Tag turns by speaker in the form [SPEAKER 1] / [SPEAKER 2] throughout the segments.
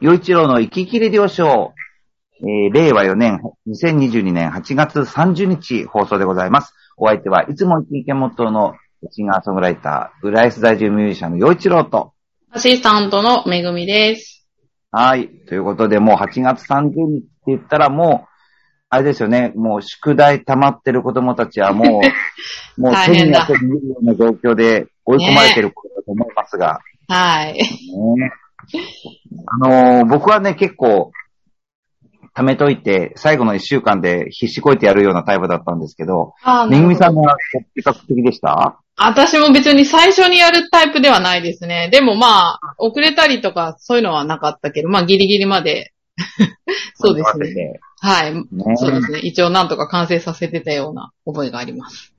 [SPEAKER 1] 洋一郎の生き切り了承、えー令和4年、2022年8月30日放送でございます。お相手はいつも生き池元のシンガーソングライター、浦安在住ミュージシャンの洋一郎と、
[SPEAKER 2] アシスタントのめぐみです。
[SPEAKER 1] はい。ということで、もう8月30日って言ったらもう、あれですよね、もう宿題溜まってる子供たちはも う、もう
[SPEAKER 2] 大
[SPEAKER 1] 手に
[SPEAKER 2] 変だ
[SPEAKER 1] 汗握るような状況で追い込まれてることだと思いますが、
[SPEAKER 2] はい。
[SPEAKER 1] ねあのー僕はね、結構、貯めといて、最後の1週間で必死こいてやるようなタイプだったんですけど、
[SPEAKER 2] あ
[SPEAKER 1] めぐみさんが比較的でした
[SPEAKER 2] 私も別に最初にやるタイプではないですね。でもまあ、遅れたりとかそういうのはなかったけど、まあギリギリまで。 そうですね。
[SPEAKER 1] ね。
[SPEAKER 2] はい。
[SPEAKER 1] ね
[SPEAKER 2] そうですね。一応なんとか完成させてたような覚えがあります。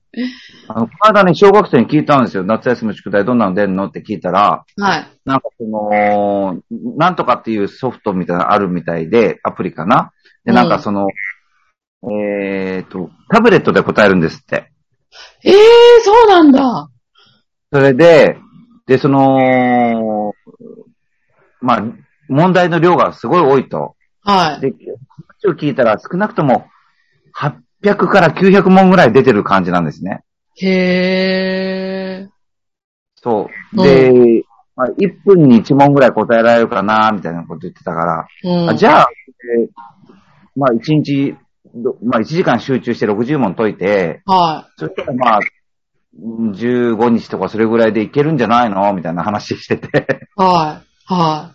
[SPEAKER 1] あの、この間ね、小学生に聞いたんですよ。夏休み宿題どんなの出んのって聞いたら、
[SPEAKER 2] はい。
[SPEAKER 1] なんかその、なんとかっていうソフトみたいなのあるみたいで、アプリかなで、なんかその、えっ、と、タブレットで答えるんですって。
[SPEAKER 2] ええー、そうなんだ。
[SPEAKER 1] それで、で、その、まあ、問題の量がすごい多いと。
[SPEAKER 2] はい。
[SPEAKER 1] で、話を聞いたら少なくとも800から900問ぐらい出てる感じなんですね。
[SPEAKER 2] へえ。
[SPEAKER 1] そう。で、まあ、1分に1問ぐらい答えられるかな、みたいなこと言ってたから、
[SPEAKER 2] うん。
[SPEAKER 1] あじゃあ、えーまあ、1日、どまあ、1時間集中して60問解いて、
[SPEAKER 2] は
[SPEAKER 1] そしたらまあ、うん15日とかそれぐらいでいけるんじゃないのみたいな話してて、
[SPEAKER 2] い。はい。はい。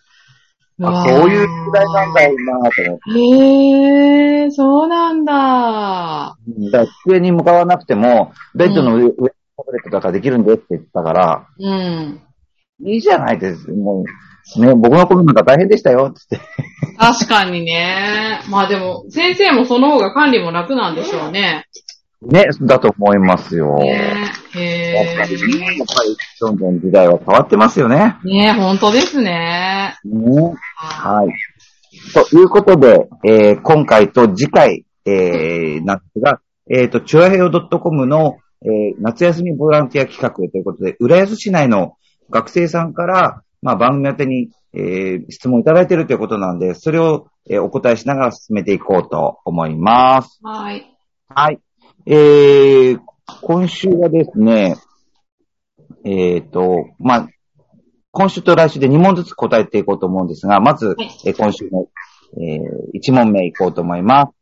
[SPEAKER 1] あそういう宿題なんだよなと思って
[SPEAKER 2] へえー、そうなんだ。
[SPEAKER 1] うん。だから机に向かわなくても、ベッドの上、上のタブレットとかできるんでって言ってたから、
[SPEAKER 2] うん。
[SPEAKER 1] いいじゃないです。もう、ね、僕の子供なんか大変でしたよ、つって。
[SPEAKER 2] 確かにね。まあでも、先生もその方が管理も楽なんでしょうね。
[SPEAKER 1] ね、だと思いますよ。
[SPEAKER 2] ねえ。
[SPEAKER 1] やっ
[SPEAKER 2] へ
[SPEAKER 1] ぱりね、や
[SPEAKER 2] え
[SPEAKER 1] っぱり、どんどん時代は変わってますよね。
[SPEAKER 2] ねえ、本当ですね。
[SPEAKER 1] ね
[SPEAKER 2] は
[SPEAKER 1] はい。ということで、えー今回と次回、えー、なんですが、えっ、と、チュアヘヨ .com の、えー夏休みボランティア企画ということで、浦安市内の学生さんから、まあ、番組宛てに、えー質問いただいているということなんで、それを、えーお答えしながら進めていこうと思います。
[SPEAKER 2] はい。
[SPEAKER 1] はい。えー、今週はですね、えっ、と、まあ、今週と来週で2問ずつ答えていこうと思うんですが、まず
[SPEAKER 2] はい、
[SPEAKER 1] えー今週の、え1問目いこうと思います。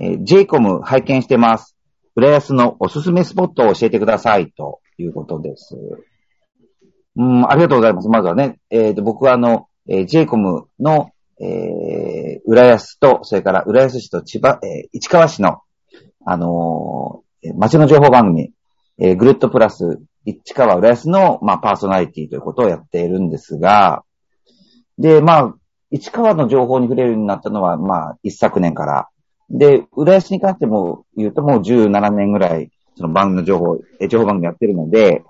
[SPEAKER 1] えー、j コム拝見してます。浦安のおすすめスポットを教えてくださいということです。うん、ありがとうございます。まずはね、えーと、僕はあの、えー、j コムの、えー、浦安と、それから浦安市と千葉、えー市川市の、あのー街の情報番組、えーぐるっとプラス、市川浦安の、まあ、パーソナリティということをやっているんですが、で、まあ、市川の情報に触れるようになったのは、まあ、一昨年から。で、浦安に関しても言うともう17年ぐらい、その番組の情報、えー情報番組やってるので、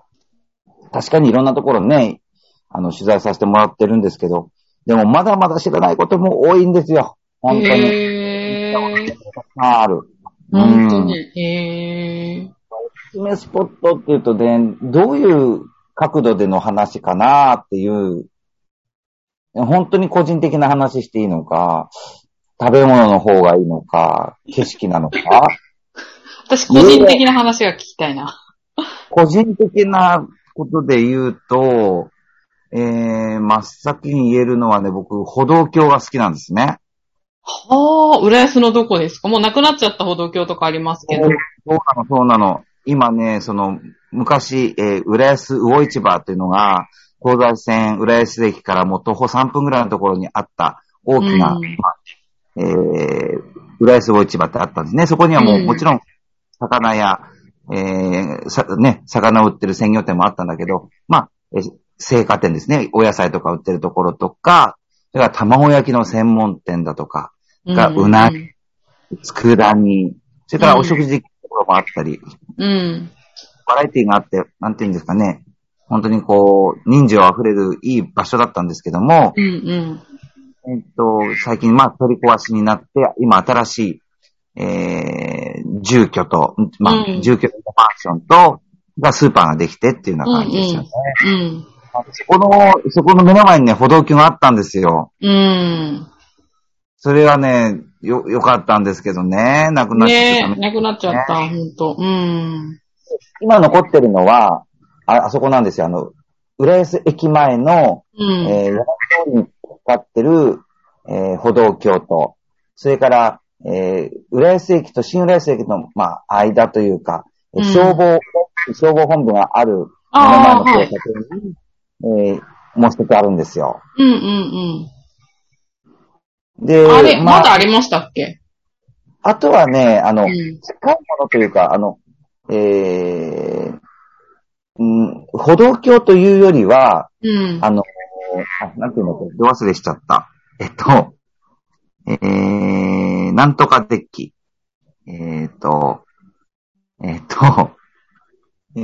[SPEAKER 1] 確かにいろんなところね、あの、取材させてもらってるんですけど、でもまだまだ知らないことも多いんですよ。本当に。
[SPEAKER 2] へえ。
[SPEAKER 1] ある。
[SPEAKER 2] 本当
[SPEAKER 1] うん
[SPEAKER 2] に。へえ。
[SPEAKER 1] おすすめスポットっていうとね、どういう角度での話かなっていう、本当に個人的な話していいのか、食べ物の方がいいのか、景色なのか、
[SPEAKER 2] 私、個人的な話が聞きたいな。
[SPEAKER 1] 個人的なことで言うと、えー、真っ先に言えるのはね、僕、歩道橋が好きなんですね。
[SPEAKER 2] はあ、浦安のどこですかもうなくなっちゃった歩道橋とかありますけ
[SPEAKER 1] そう。
[SPEAKER 2] ど
[SPEAKER 1] なの、そうなの。今ね、その、昔、えー浦安魚市場っていうのが、東西線浦安駅からもう徒歩3分ぐらいのところにあった大きな、
[SPEAKER 2] うん
[SPEAKER 1] えー浦安魚市場ってあったんですね。そこにはもう、
[SPEAKER 2] うん
[SPEAKER 1] もちろん、魚や、えーさ、ね、魚を売ってる鮮魚店もあったんだけど、まあ、えー青果店ですね。お野菜とか売ってるところとか、それから卵焼きの専門店だとか、がうなぎ佃煮、それからお食事できるところもあったり、
[SPEAKER 2] うん。
[SPEAKER 1] バラエティがあって、なんていうんですかね、本当にこう、人情あふれるいい場所だったんですけども、
[SPEAKER 2] うん。うん。
[SPEAKER 1] えっと、最近、まあ、取り壊しになって、今新しい、えー、住居と、まあ
[SPEAKER 2] う、ん
[SPEAKER 1] 住居とマンションと、がスーパーができてっていうような
[SPEAKER 2] うん。
[SPEAKER 1] 感じですよね。
[SPEAKER 2] うん。
[SPEAKER 1] そこの、そこの目の前にね、歩道橋があったんですよ。
[SPEAKER 2] うん。
[SPEAKER 1] それはね、よ、良かったんですけどね、なくなっ
[SPEAKER 2] ね
[SPEAKER 1] てた
[SPEAKER 2] え、
[SPEAKER 1] ね
[SPEAKER 2] なくなっちゃった、ほんと。うん。
[SPEAKER 1] 今残ってるのは、あ、あそこなんですよ。あの、浦安駅前の、
[SPEAKER 2] うん。
[SPEAKER 1] えー、ラ通りにかかってる、えー歩道橋と、それから、えー、浦安駅と新浦安駅の、まあ、間というか、えー
[SPEAKER 2] うん
[SPEAKER 1] 消防、消防本部がある目の前
[SPEAKER 2] ああ、
[SPEAKER 1] の
[SPEAKER 2] は
[SPEAKER 1] 交
[SPEAKER 2] い。
[SPEAKER 1] 差点に、えーもう一つあるんですよ。
[SPEAKER 2] うんうん
[SPEAKER 1] で、
[SPEAKER 2] うん。あれ、まだ
[SPEAKER 1] あ、
[SPEAKER 2] ありましたっけ
[SPEAKER 1] あとはね、あの、
[SPEAKER 2] うん。
[SPEAKER 1] 近いものというか、あの、えー、うん、歩道橋というよりは、
[SPEAKER 2] うん。
[SPEAKER 1] あの、あなんていうのか、ど忘れしちゃった。えっと、えー、なんとかデッキ。えーっと、えーっと、え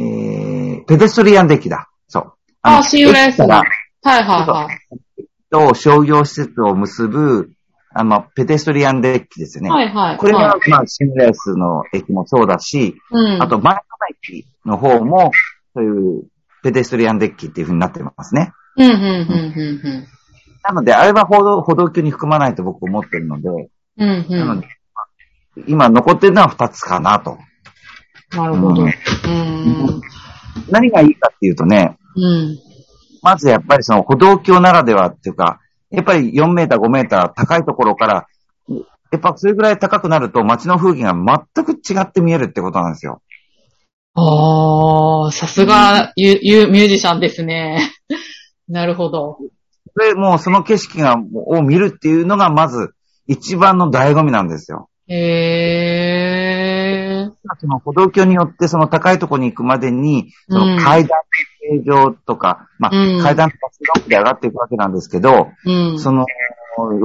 [SPEAKER 1] ー、ペデストリアンデッキだ。そう。
[SPEAKER 2] あ
[SPEAKER 1] の
[SPEAKER 2] あ、新浦安
[SPEAKER 1] 駅から
[SPEAKER 2] だ。はいはいはい。
[SPEAKER 1] と商業施設を結ぶ、あの、まあペデストリアンデッキですよね。
[SPEAKER 2] はいはい。
[SPEAKER 1] これ
[SPEAKER 2] は
[SPEAKER 1] が
[SPEAKER 2] い、
[SPEAKER 1] まあ、新浦安の駅もそうだし、
[SPEAKER 2] うん。
[SPEAKER 1] あと、前の駅の方も、そういう、ペデストリアンデッキっていう風になってますね。
[SPEAKER 2] うん、うん、うん、
[SPEAKER 1] なので、あれは歩道歩道橋に含まないと僕思ってるので、
[SPEAKER 2] うん、うん。うん、う
[SPEAKER 1] なの
[SPEAKER 2] ん
[SPEAKER 1] で。、今残ってるのは2つかなと。
[SPEAKER 2] なるほど。
[SPEAKER 1] う
[SPEAKER 2] うんん。
[SPEAKER 1] 何がいいかっていうとね、
[SPEAKER 2] うん。
[SPEAKER 1] まずやっぱりその歩道橋ならではっていうか、やっぱり4メーター、5メーター高いところから、やっぱそれぐらい高くなると街の風景が全く違って見えるってことなんですよ。
[SPEAKER 2] ああ、さすが、ゆ、ゆ、ミュージシャンですね。 なるほど。
[SPEAKER 1] それもうその景色が、を見るっていうのがまず一番の醍醐味なんですよ。
[SPEAKER 2] へえ。
[SPEAKER 1] その歩道橋によって、その高いところに行くまでに、その階段の形状とか、ま
[SPEAKER 2] うん
[SPEAKER 1] あ、階段とかスロープで上がっていくわけなんですけど、
[SPEAKER 2] うん。
[SPEAKER 1] その、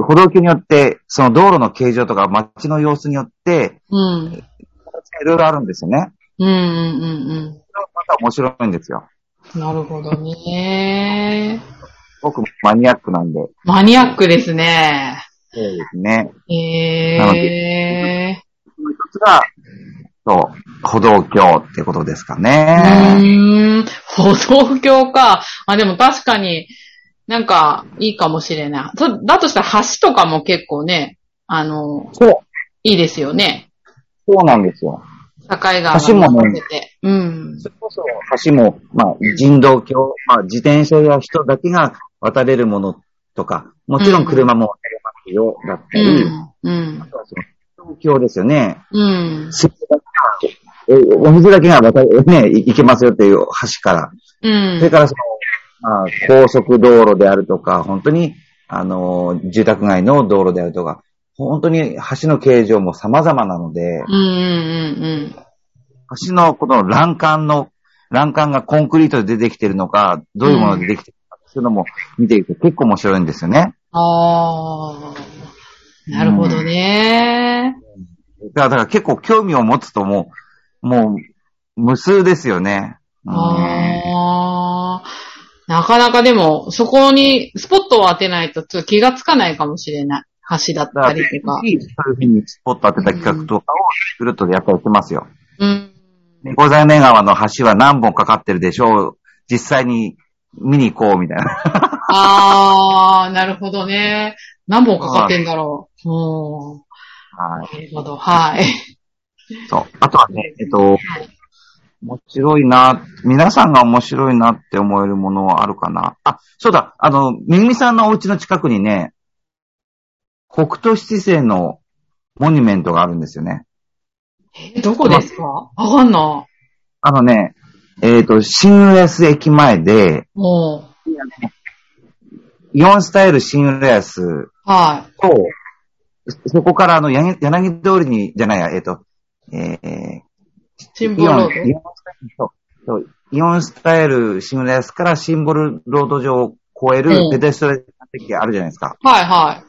[SPEAKER 1] 歩道橋によって、その道路の形状とか街の様子によって、
[SPEAKER 2] うん。
[SPEAKER 1] いろいろあるんですよね。
[SPEAKER 2] うん、うん、うん、
[SPEAKER 1] それもまた面白いんですよ。
[SPEAKER 2] うん。なるほどね。
[SPEAKER 1] 僕マニアックなんで。
[SPEAKER 2] マニアックですね。
[SPEAKER 1] そうですね。なの
[SPEAKER 2] へえ。
[SPEAKER 1] その一つが、そう、歩道橋ってことですか
[SPEAKER 2] う
[SPEAKER 1] ね。
[SPEAKER 2] ーん。歩道橋か。あ、でも確かになんかいいかもしれない。そだとしたら橋とかも結構ね、あの、
[SPEAKER 1] そう、
[SPEAKER 2] いいですよね。
[SPEAKER 1] そうなんですよ。
[SPEAKER 2] 境川
[SPEAKER 1] 橋もね
[SPEAKER 2] 見せて。うん。
[SPEAKER 1] それこそ橋も、まあ、人道橋、まあ、自転車や人だけが渡れるものとか、もちろん車も渡れますよ、だった
[SPEAKER 2] う
[SPEAKER 1] り、
[SPEAKER 2] ん。うん
[SPEAKER 1] あ。とはその、人道橋ですよね。
[SPEAKER 2] うん。
[SPEAKER 1] 水路だけがえお水だけが渡れ、ね、い行けますよっていう橋から。
[SPEAKER 2] うん。
[SPEAKER 1] それからその、まあ、高速道路であるとか、本当に、あの、住宅街の道路であるとか、本当に橋の形状も様々なので、
[SPEAKER 2] うんうん
[SPEAKER 1] 橋のこの欄干の、欄干がコンクリートで出てきてるのか、どういうものでできてるのか、そういうのも見ていくと結構面白いんですよね。
[SPEAKER 2] うん。ああ。なるほどね。
[SPEAKER 1] だからだから結構興味を持つともう、もう、無数ですよね。うん
[SPEAKER 2] ああ。なかなかでも、そこにスポットを当てないと、ちょっと気がつかないかもしれない。橋だっ
[SPEAKER 1] だ
[SPEAKER 2] た
[SPEAKER 1] から、そう
[SPEAKER 2] り
[SPEAKER 1] いう
[SPEAKER 2] とか。
[SPEAKER 1] ふうにスポット当てた企画とかをぐるっとやっぱやってますよ。
[SPEAKER 2] うん。
[SPEAKER 1] 五座目川の橋は何本かかってるでしょう実際に見に行こうみたいな。
[SPEAKER 2] ああ、なるほどね。何本かかってんだろう。うん。
[SPEAKER 1] はい。
[SPEAKER 2] なるほど、はい。
[SPEAKER 1] そう。あとはね、えっと、面白いな、皆さんが面白いなって思えるものはあるかな。あ、そうだ、あの、めぐみさんのお家の近くにね、北斗七星のモニュメントがあるんですよね。
[SPEAKER 2] えどこですかわかんな
[SPEAKER 1] あのね、えっ、と、新浦安駅前で、
[SPEAKER 2] い。もう、
[SPEAKER 1] イオンスタイル新浦安
[SPEAKER 2] は
[SPEAKER 1] と、そこからあの、やぎ柳通りに、じゃないや、えっ、と、えー、
[SPEAKER 2] い。新聞
[SPEAKER 1] イオン、
[SPEAKER 2] ロ
[SPEAKER 1] イ
[SPEAKER 2] ー
[SPEAKER 1] オンスタイルそうそうイオンスタイル、シムレスからシンボルロード上を越え
[SPEAKER 2] う
[SPEAKER 1] る
[SPEAKER 2] ん
[SPEAKER 1] ペデストリアン席あるじゃないですか。
[SPEAKER 2] ドはい、は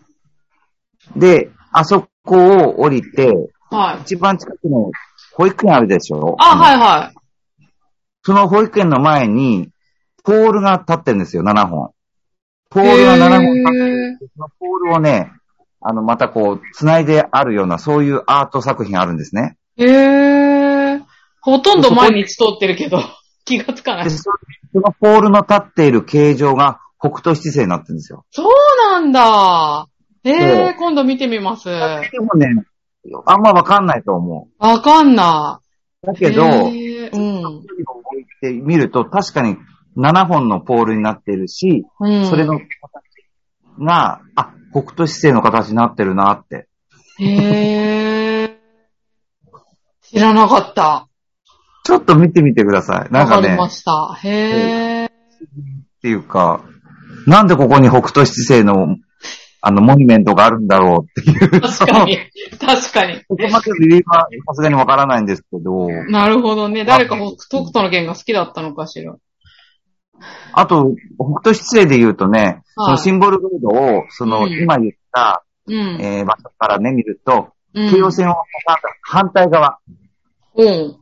[SPEAKER 1] で、あそこを降りて、
[SPEAKER 2] い。はい。
[SPEAKER 1] 一番近くの保育園あるでしょ
[SPEAKER 2] あ、はい、はい。
[SPEAKER 1] その保育園の前に、ポールが立ってるんですよ、7本。ポールが7本立って
[SPEAKER 2] へー
[SPEAKER 1] て、そのポールをね、あの、またこう、繋いであるような、そういうアート作品あるんですね。
[SPEAKER 2] へえ。ほとんど毎日通ってるけど、気がつかない
[SPEAKER 1] で。そそのポールの立っている形状が北斗七星になってるんですよ。
[SPEAKER 2] そうなんだ。ええ
[SPEAKER 1] そう
[SPEAKER 2] 今度見てみます。わ
[SPEAKER 1] でもね、あんまわかんないと思
[SPEAKER 2] かんな
[SPEAKER 1] う。だ
[SPEAKER 2] い。
[SPEAKER 1] けど、
[SPEAKER 2] えーうん。
[SPEAKER 1] で見ると確かに7本のポールになっているし、
[SPEAKER 2] うん。
[SPEAKER 1] それの形が、あ、北斗七星の形になってるなって。
[SPEAKER 2] へえ。知らなかった。
[SPEAKER 1] ちょっと見てみてください。な
[SPEAKER 2] わ
[SPEAKER 1] ん
[SPEAKER 2] か
[SPEAKER 1] か
[SPEAKER 2] り
[SPEAKER 1] ね、
[SPEAKER 2] ました。へえ。
[SPEAKER 1] っていうか、なんでここに北斗七星の、あの、モニュメントがあるんだろうっていう。
[SPEAKER 2] 確 かに。確かに。
[SPEAKER 1] ここまでの理由はさすがにわからないんですけど、
[SPEAKER 2] なるほどね。誰か北北斗の剣が好きだったのかしら。
[SPEAKER 1] あと、北斗七星で言うとね、そ
[SPEAKER 2] はい
[SPEAKER 1] のシンボルガードを、その、
[SPEAKER 2] うん
[SPEAKER 1] 今言った、
[SPEAKER 2] うん。
[SPEAKER 1] えー場所からね、見ると、
[SPEAKER 2] うん
[SPEAKER 1] 京王線を挟んだ反対側、
[SPEAKER 2] うん。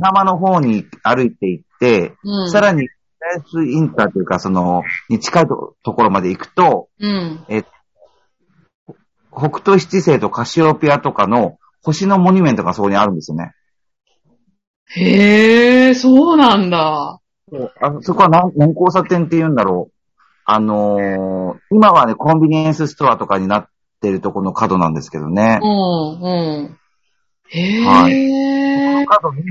[SPEAKER 1] 浜の方に歩いて行って、
[SPEAKER 2] うん。
[SPEAKER 1] さらに、浦安インターというか、その、に近いとところまで行くと、
[SPEAKER 2] うん。
[SPEAKER 1] 北斗七星とカシオペアとかの星のモニュメントがそこにあるんですよね。
[SPEAKER 2] へえ、そうなんだ。
[SPEAKER 1] あのそこは何何交差点って言うんだろう。あのー今はね、コンビニエンスストアとかになってるところの角なんですけどね
[SPEAKER 2] う。ん、うん。へえ。
[SPEAKER 1] は角に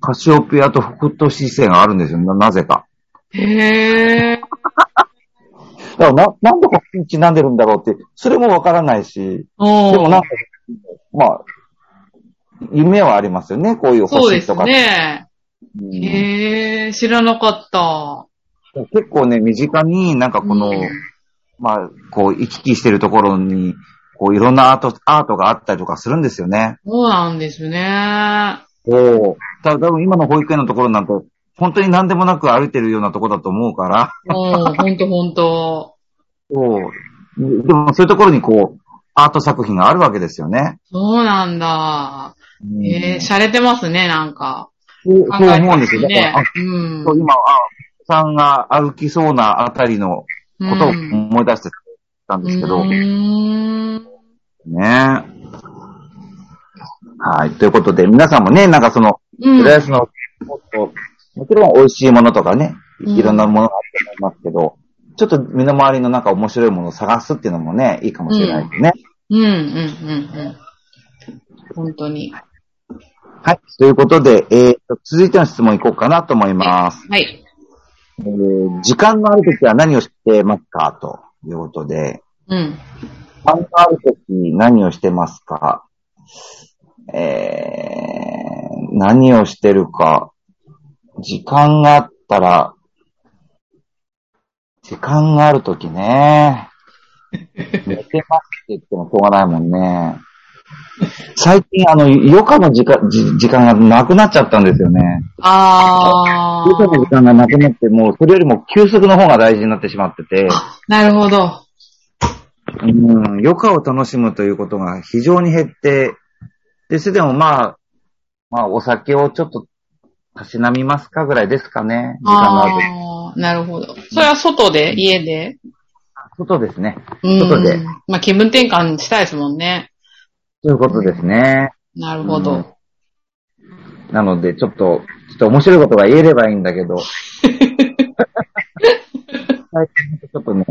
[SPEAKER 1] カシオペアと北斗七星があるんですよ。ななぜか。
[SPEAKER 2] へえ。
[SPEAKER 1] だからな、なんでこっちにちなんでるんだろうって、それもわからないし、
[SPEAKER 2] うん
[SPEAKER 1] でもなんか、まあ、夢はありますよね、こういう
[SPEAKER 2] そうで
[SPEAKER 1] 星
[SPEAKER 2] す
[SPEAKER 1] とか。
[SPEAKER 2] ね。
[SPEAKER 1] うん
[SPEAKER 2] へえ、知らなかった。
[SPEAKER 1] 結構ね、身近になんかこの、
[SPEAKER 2] うん
[SPEAKER 1] まあ、こう、行き来してるところに、こう、いろんなアート、アートがあったりとかするんですよね。
[SPEAKER 2] そうなんですね。
[SPEAKER 1] おお。た多分今の保育園のところなんて、本当に何でもなく歩いてるようなところだと思うから、
[SPEAKER 2] うん、ほんとほんと。
[SPEAKER 1] そう。でもそういうところにこう、アート作品があるわけですよね。
[SPEAKER 2] そうなんだ。
[SPEAKER 1] うん
[SPEAKER 2] えー、洒落てますね、なんか。
[SPEAKER 1] そう
[SPEAKER 2] 考
[SPEAKER 1] そう
[SPEAKER 2] えて
[SPEAKER 1] 思う
[SPEAKER 2] ま
[SPEAKER 1] んですすよ。だか
[SPEAKER 2] ね
[SPEAKER 1] ら、あ。
[SPEAKER 2] うん。
[SPEAKER 1] そう今、あ、お子さんが歩きそうなあたりのことを
[SPEAKER 2] うん
[SPEAKER 1] 思い出してたんですけど、
[SPEAKER 2] うーん
[SPEAKER 1] ね。はい。ということで、皆さんもね、なんかその、
[SPEAKER 2] うん。
[SPEAKER 1] 浦安の、もっともちろん美味しいものとかね、
[SPEAKER 2] うん
[SPEAKER 1] いろんなものがあると思いますけど、ちょっと身の回りのなんか面白いものを探すっていうのもね、いいかもしれないですね。
[SPEAKER 2] うん、うん、うん、うん。本当に。
[SPEAKER 1] はい。ということで、えーと、続いての質問いこうかなと思います。
[SPEAKER 2] はい。
[SPEAKER 1] えー時間のある時は何をしてますかということで、
[SPEAKER 2] うん。
[SPEAKER 1] 時間のある時何をしてますかえー、何をしてるか。時間があったら、時間がある時ね。寝てますって言ってもしょうがないもんね。最近、あの、余暇の時間、じ時間がなくなっちゃったんですよね。
[SPEAKER 2] あ
[SPEAKER 1] 余暇の時
[SPEAKER 2] ー。
[SPEAKER 1] 間がなくなって、もうそれよりも休息の方が大事になってしまってて。
[SPEAKER 2] なるほど。
[SPEAKER 1] うん、余暇を楽しむということが非常に減って、で、すでもまあ、まあお酒をちょっと、たしなみますかぐらいですかね。時間のある。
[SPEAKER 2] あー。なるほど。それは外で家で
[SPEAKER 1] 外ですね。
[SPEAKER 2] うん。
[SPEAKER 1] 外で
[SPEAKER 2] まあ、気分転換したいですもんね。
[SPEAKER 1] ということですね。
[SPEAKER 2] なるほど。
[SPEAKER 1] うんなので、ちょっと、ちょっと面白いことが言えればいいんだ けど。最近ちょっとね、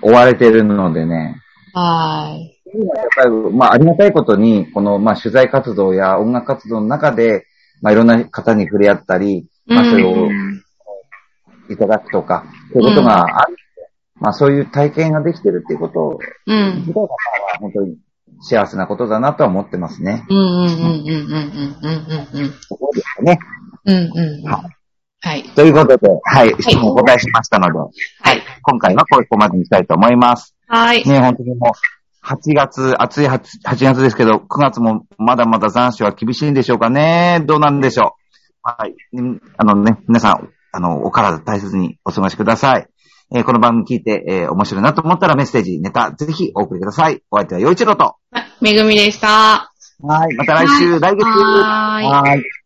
[SPEAKER 1] 追われてるのでね。
[SPEAKER 2] はーい。
[SPEAKER 1] やっぱり、まあ、ありがたいことに、この、まあ、取材活動や音楽活動の中で、まあ、いろんな方に触れ合ったり、まあ、それを
[SPEAKER 2] うん
[SPEAKER 1] いただくとか、そういうことがある、まあ、そういう体験ができてるっていうこと
[SPEAKER 2] うん。
[SPEAKER 1] 自体が、まあ、本当に幸せなことだなとは思ってますね。
[SPEAKER 2] うんうんうんうんうんうんうんうん。
[SPEAKER 1] そうですね。
[SPEAKER 2] うんうん。はい。
[SPEAKER 1] ということで、はい、質問お答えしましたので、
[SPEAKER 2] はい。
[SPEAKER 1] 今回はここまでにしたいと思います。
[SPEAKER 2] はい。
[SPEAKER 1] ね、本当にもう、8月、暑い 8, 8月ですけど、9月もまだまだ残暑は厳しいんでしょうかね。どうなんでしょう。はい。んあのね、皆さん、あの、お体大切にお過ごしください。えーこの番組聞いて、えー面白いなと思ったらメッセージ、ネタ、ぜひお送りください。お相手は陽一郎と。
[SPEAKER 2] めぐみでした。
[SPEAKER 1] はい。また来週、
[SPEAKER 2] はい
[SPEAKER 1] 来月。
[SPEAKER 2] はーい
[SPEAKER 1] はい。